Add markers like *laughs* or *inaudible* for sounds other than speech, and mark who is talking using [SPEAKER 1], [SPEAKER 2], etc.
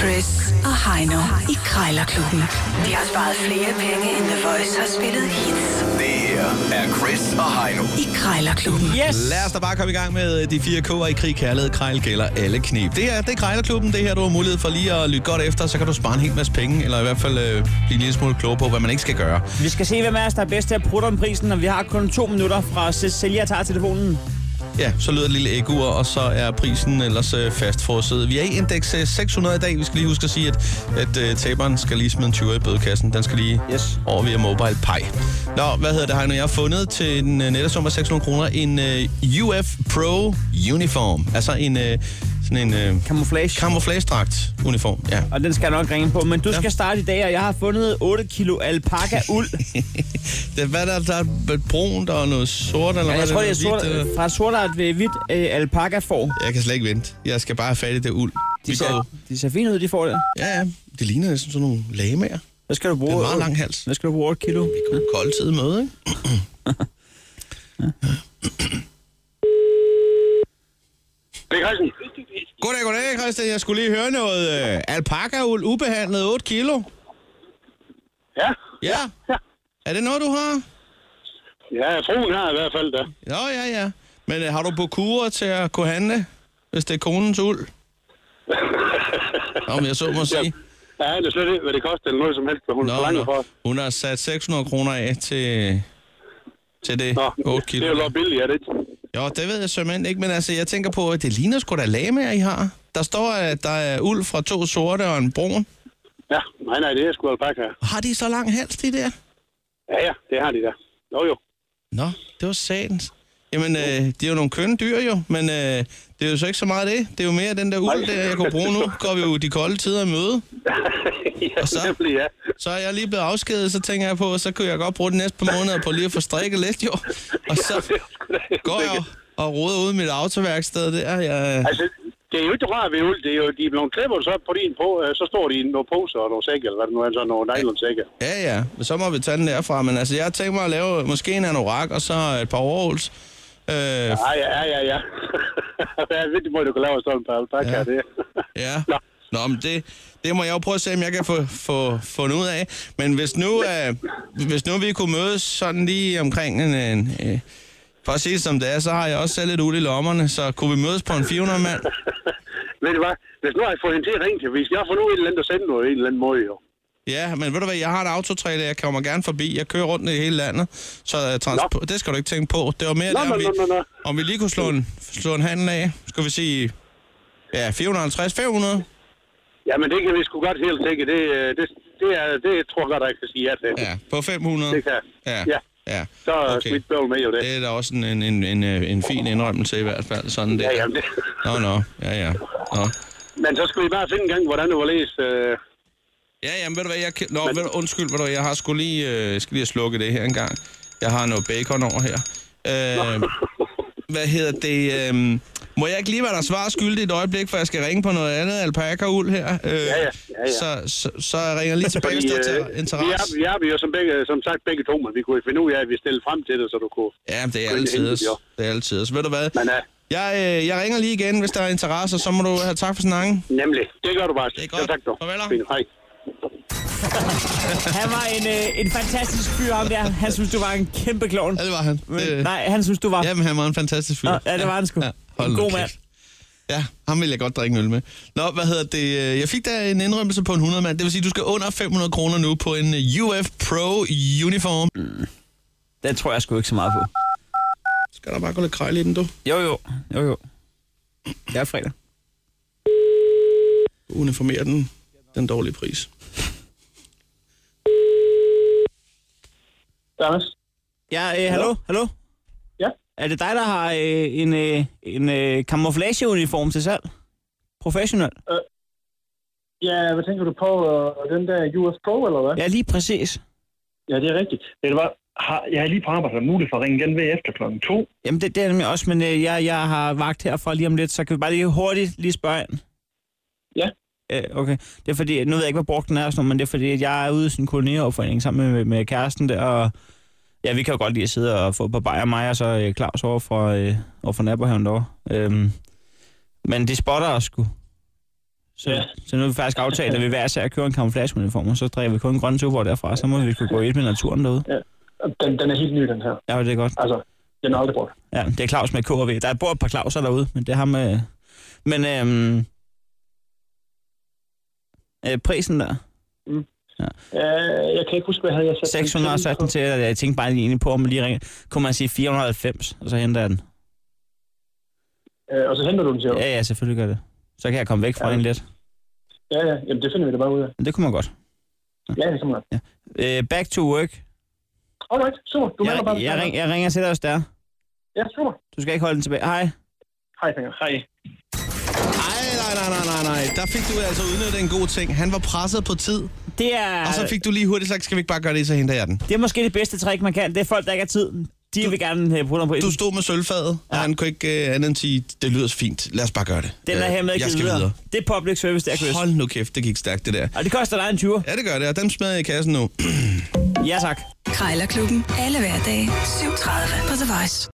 [SPEAKER 1] Chris og Heino i Krejlerklubben. De har sparet flere penge, end The Voice har spillet hits
[SPEAKER 2] Det her er Chris og Heino.
[SPEAKER 1] i Krejlerklubben.
[SPEAKER 3] Yes!
[SPEAKER 4] Lad os da bare komme i gang med øh, de fire K'er i krig, kærlighed, krejl, gælder alle knep. Det her det er Krejlerklubben, det er her du har mulighed for lige at lytte godt efter, så kan du spare en hel masse penge, eller i hvert fald øh, blive en lille smule klogere på, hvad man ikke skal gøre.
[SPEAKER 3] Vi skal se, hvem af os, der er bedst til at prutte om prisen, og vi har kun to minutter fra Cecilia tager telefonen.
[SPEAKER 4] Ja, så lyder et lille ægur, og så er prisen ellers øh, fastfrosset. Vi er i indeks øh, 600 i dag. Vi skal lige huske at sige, at, at øh, taberen skal lige smide en 20 i bødekassen. Den skal lige
[SPEAKER 3] Yes.
[SPEAKER 4] over via mobile pay. Nå, hvad hedder det, Heino? Jeg har fundet til en øh, nettesum af 600 kroner en øh, UF Pro Uniform. Altså en øh, sådan en øh,
[SPEAKER 3] Camouflage.
[SPEAKER 4] camouflagedragt uniform. Ja.
[SPEAKER 3] og den skal jeg nok ringe på, men du
[SPEAKER 4] Ja.
[SPEAKER 3] ja. skal starte i dag, og jeg har fundet 8 kilo alpaka uld.
[SPEAKER 4] *laughs* det, hvad er der, der er brunt og noget sort? Eller
[SPEAKER 3] Ja,
[SPEAKER 4] hvad
[SPEAKER 3] jeg tror, det er sort,
[SPEAKER 4] noget hvidt, øh- eller-
[SPEAKER 3] fra sortart ved hvidt øh, alpaka får.
[SPEAKER 4] Jeg kan slet ikke vente. Jeg skal bare have fat i det uld.
[SPEAKER 3] De
[SPEAKER 4] Vi
[SPEAKER 3] ser,
[SPEAKER 4] går.
[SPEAKER 3] de ser fine ud, de får det.
[SPEAKER 4] Ja, ja. Det ligner næsten sådan nogle lamager.
[SPEAKER 3] Hvad skal du
[SPEAKER 4] Det er en
[SPEAKER 3] bruge?
[SPEAKER 4] meget lang hals.
[SPEAKER 3] Hvad skal du bruge 8
[SPEAKER 4] *laughs*
[SPEAKER 3] kilo?
[SPEAKER 4] Kold tid møde, ikke?
[SPEAKER 5] Det er Christian.
[SPEAKER 4] Goddag, goddag, Christian. Jeg skulle lige høre noget øh, alpaka-uld, ubehandlet 8 kilo.
[SPEAKER 5] Ja.
[SPEAKER 4] Ja.
[SPEAKER 5] Ja.
[SPEAKER 4] Er det noget, du har?
[SPEAKER 5] Ja, fruen har i hvert fald da.
[SPEAKER 4] Ja, ja, ja. Men øh, har du på kurer til at kunne handle, hvis det er konens *laughs* uld? Nå, men jeg så må sige.
[SPEAKER 5] Ja, det er slet ikke, hvad det koster eller noget som helst, hvad hun
[SPEAKER 4] Nå,
[SPEAKER 5] forlanger for.
[SPEAKER 4] nå. Hun har sat 600 kroner af til, til det
[SPEAKER 5] Nå,
[SPEAKER 4] 8
[SPEAKER 5] det er
[SPEAKER 4] kilo.
[SPEAKER 5] jo lidt billigt, er det ikke?
[SPEAKER 4] Jo, det ved jeg simpelthen ikke, men altså, jeg tænker på, at det ligner sgu da lamager, I har. Der står, at der er uld fra to sorte og en brun.
[SPEAKER 5] Ja, nej, nej, det er sgu alpaka.
[SPEAKER 4] Har de så lang hals, de der?
[SPEAKER 5] Ja, ja, det har de da. Jo, jo.
[SPEAKER 4] Nå, det var satans. Jamen, øh, det er jo nogle kønne dyr jo, men øh, det er jo så ikke så meget det. Det er jo mere den der uld,
[SPEAKER 5] Nej.
[SPEAKER 4] der jeg kunne bruge nu. Går vi jo de kolde tider i møde.
[SPEAKER 5] ja,
[SPEAKER 4] Og så?
[SPEAKER 5] *laughs* nemlig, ja.
[SPEAKER 4] Så er jeg lige blevet afskediget, så tænker jeg på, så kunne jeg godt bruge den næste par måneder på lige at få strikket lidt jo. Og så går jeg og roder ud i mit autoværksted der. Jeg,
[SPEAKER 5] Altså, det er jo ikke rart ved uld. Det er jo, de er blevet klippet så på din på, øh, så står de i nogle poser og nogle sække, eller hvad det nu er, sådan nogle nylonsække.
[SPEAKER 4] Ja, ja. Men så må vi tage den derfra. Men altså, jeg har tænkt mig at lave måske en anorak, og så et par overholds. Øh, ja.
[SPEAKER 5] Ja, ja, ja, ja, *laughs* ja. det er vigtigt, at du kan lave sådan en par alpaka,
[SPEAKER 4] Ja.
[SPEAKER 5] ja. det.
[SPEAKER 4] ja.
[SPEAKER 5] Nå.
[SPEAKER 4] Nå, men det, det må jeg jo prøve at se, om jeg kan få, få fundet ud af. Men hvis nu, øh, hvis nu vi kunne mødes sådan lige omkring en... en øh, for at sige det som det er, så har jeg også selv lidt uld i lommerne, så kunne vi mødes på en 400-mand?
[SPEAKER 5] *laughs* Ved du hvad? Hvis nu har jeg fået hende til at ringe til, hvis jeg får nu en eller anden, der sender noget i en eller anden måde, jo.
[SPEAKER 4] Ja, men ved du hvad, jeg har en autotrailer, jeg kommer gerne forbi, jeg kører rundt i hele landet, så øh, transport, det skal du ikke tænke på. Det var mere
[SPEAKER 5] Nå,
[SPEAKER 4] der,
[SPEAKER 5] nå,
[SPEAKER 4] om, vi,
[SPEAKER 5] nå, nå, nå.
[SPEAKER 4] om vi lige kunne slå en, slå en handel af, skal vi sige, ja, 450-500?
[SPEAKER 5] Jamen, det kan vi sgu godt helt sikkert. Det, øh, det, det, er, det tror jeg godt, jeg kan sige ja til.
[SPEAKER 4] Ja, på 500?
[SPEAKER 5] Det kan jeg.
[SPEAKER 4] Ja,
[SPEAKER 5] Ja.
[SPEAKER 4] ja.
[SPEAKER 5] Så er
[SPEAKER 4] okay.
[SPEAKER 5] mit bøvl med jo det.
[SPEAKER 4] Det er da også en, en, en, en, øh, en fin indrømmelse i hvert fald, sådan det.
[SPEAKER 5] Ja, jamen det.
[SPEAKER 4] Nå, nå, ja, ja. Nå.
[SPEAKER 5] Men så skal vi bare finde en gang, hvordan det var læst. Øh,
[SPEAKER 4] Ja, jamen ved du hvad, jeg, kan- nå, ved du, undskyld, ved du, hvad, jeg har skulle lige, øh, jeg skal lige have slukket det her en gang. Jeg har noget bacon over her.
[SPEAKER 5] *laughs*
[SPEAKER 4] Øh, hvad hedder det? Øh, må jeg ikke lige være der svar skyldig et øjeblik, for jeg skal ringe på noget andet alpaka-uld her? Øh, ja, ja,
[SPEAKER 5] ja, ja.
[SPEAKER 4] Så, så, så jeg ringer lige tilbage, hvis
[SPEAKER 5] fordi,
[SPEAKER 4] der er
[SPEAKER 5] øh,
[SPEAKER 4] til
[SPEAKER 5] vi,
[SPEAKER 4] interesse.
[SPEAKER 5] er, vi er vi jo som, begge, som sagt begge to, men vi kunne finde ud af, at vi stillede frem til det, så du kunne...
[SPEAKER 4] Ja, det er
[SPEAKER 5] Kun
[SPEAKER 4] altid.
[SPEAKER 5] hentet, jo.
[SPEAKER 4] Det er altid. Så ved du hvad?
[SPEAKER 5] Men øh,
[SPEAKER 4] Jeg, øh, jeg ringer lige igen, hvis der er interesse, og så må du have tak for snakken.
[SPEAKER 5] nemlig, det gør du bare.
[SPEAKER 4] Det er godt.
[SPEAKER 5] Ja, tak, du.
[SPEAKER 4] Farvel.
[SPEAKER 5] Fint, hej.
[SPEAKER 3] Han var en, øh, en fantastisk fyr, ham der. Han synes, du var en kæmpe klovn.
[SPEAKER 4] Ja, det var han.
[SPEAKER 3] Men,
[SPEAKER 4] Øh,
[SPEAKER 3] nej, han synes, du var...
[SPEAKER 4] Jamen, han var en fantastisk fyr.
[SPEAKER 3] Nå, ja, det var han sgu.
[SPEAKER 4] hold
[SPEAKER 3] En
[SPEAKER 4] nu
[SPEAKER 3] god
[SPEAKER 4] kæft.
[SPEAKER 3] mand.
[SPEAKER 4] Ja, ham vil jeg godt drikke en øl med. Nå, hvad hedder det? øh, Jeg fik da en indrømmelse på en 100 mand. Det vil sige, du skal under 500 kroner nu på en øh, UF Pro Uniform.
[SPEAKER 3] Den tror jeg sgu ikke så meget på.
[SPEAKER 4] Skal der bare gå lidt krejl i den, du?
[SPEAKER 3] Jo, jo. Jo, jo. Jeg er fredag.
[SPEAKER 4] Uniformere den. Den dårlige pris.
[SPEAKER 5] Thomas?
[SPEAKER 3] Ja, øh, hallo? Hallo?
[SPEAKER 5] Ja?
[SPEAKER 3] Er det dig, der har øh, en, øh, en øh, camouflageuniform til salg? Professionel?
[SPEAKER 5] Ja, hvad tænker du på? Den der US Pro, eller hvad?
[SPEAKER 3] Ja, lige præcis.
[SPEAKER 5] ja det er rigtigt.
[SPEAKER 6] Ved du hvad? Har, jeg er lige på arbejde, så er det muligt for at ringe igen ved efter klokken to.
[SPEAKER 3] Jamen, det, det er nemlig også, men øh, jeg, jeg har vagt herfra lige om lidt, så kan vi bare lige hurtigt lige spørge ind.
[SPEAKER 5] Ja.
[SPEAKER 3] Øh, okay. Det er fordi, nu ved jeg ikke, hvor brugt den er, og sådan noget, men det er fordi, at jeg er ude i sådan en kolonierforening sammen med, med kæresten der, og ja, vi kan jo godt lide at sidde og få på bajer, mig og så øh, Claus over fra, øh, over fra Nabohaven derovre. Øhm, men de spotter os sgu. Så, ja. så nu har vi faktisk aftalt, at vi hver sær kører en camouflageuniform, og så drikker vi kun en grøn tubor derfra, så må vi kunne gå et med naturen derude.
[SPEAKER 7] Den, den er helt ny, den her.
[SPEAKER 3] Ja, det er godt.
[SPEAKER 7] Altså, den har aldrig brugt.
[SPEAKER 3] Ja, det er Claus med K og V. Der bor et par Clauser derude, men det er ham... Øh... Men øhm... øh, prisen der,
[SPEAKER 7] Øh, jeg kan ikke huske, hvad havde jeg sat den til.
[SPEAKER 3] 617 til, at jeg tænkte bare lige egentlig på, om man lige ringer. Kunne man sige 490, og så henter jeg den.
[SPEAKER 7] Øh, og så henter du den til ja.
[SPEAKER 3] Ja, ja, selvfølgelig gør det. Så kan jeg komme væk fra ja.
[SPEAKER 7] Ja.
[SPEAKER 3] en lidt.
[SPEAKER 7] ja, ja. Jamen, det finder vi da bare ud af.
[SPEAKER 3] Men det kunne man godt.
[SPEAKER 7] Ja, det kan man da.
[SPEAKER 3] Øh, back to work.
[SPEAKER 7] Alright, super. Du melder bare.
[SPEAKER 3] Jeg, jeg, ring, jeg ringer til dig også der.
[SPEAKER 7] Ja, super.
[SPEAKER 3] Du skal ikke holde den tilbage. Hej.
[SPEAKER 7] Hej, Finger. Hej.
[SPEAKER 4] Nej, nej, nej, nej, nej, nej. Der fik du altså udnyttet en god ting. Han var presset på tid,
[SPEAKER 3] Det er,
[SPEAKER 4] og så fik du lige hurtigt sagt, skal vi ikke bare gøre det, så henter jeg den.
[SPEAKER 3] det er måske det bedste trick, man kan. Det er folk, der ikke har tid. De vil gerne øh, bruge den på
[SPEAKER 4] Du
[SPEAKER 3] du,
[SPEAKER 4] stod med sølvfadet, og han kunne ikke øh, andet end sige, det lyder så fint. Lad os bare gøre det.
[SPEAKER 3] Den er
[SPEAKER 4] Øh,
[SPEAKER 3] hermed
[SPEAKER 4] Jeg
[SPEAKER 3] givet
[SPEAKER 4] skal videre.
[SPEAKER 3] videre. Det er public service, der, Chris.
[SPEAKER 4] Hold nu kæft, det gik stærkt, det der.
[SPEAKER 3] Og det koster dig en 20.
[SPEAKER 4] Ja, det gør det, og dem smed jeg i kassen nu.
[SPEAKER 3] Ja, tak.
[SPEAKER 1] Krejlerklubben. Alle hverdage. 7.30 på The Voice.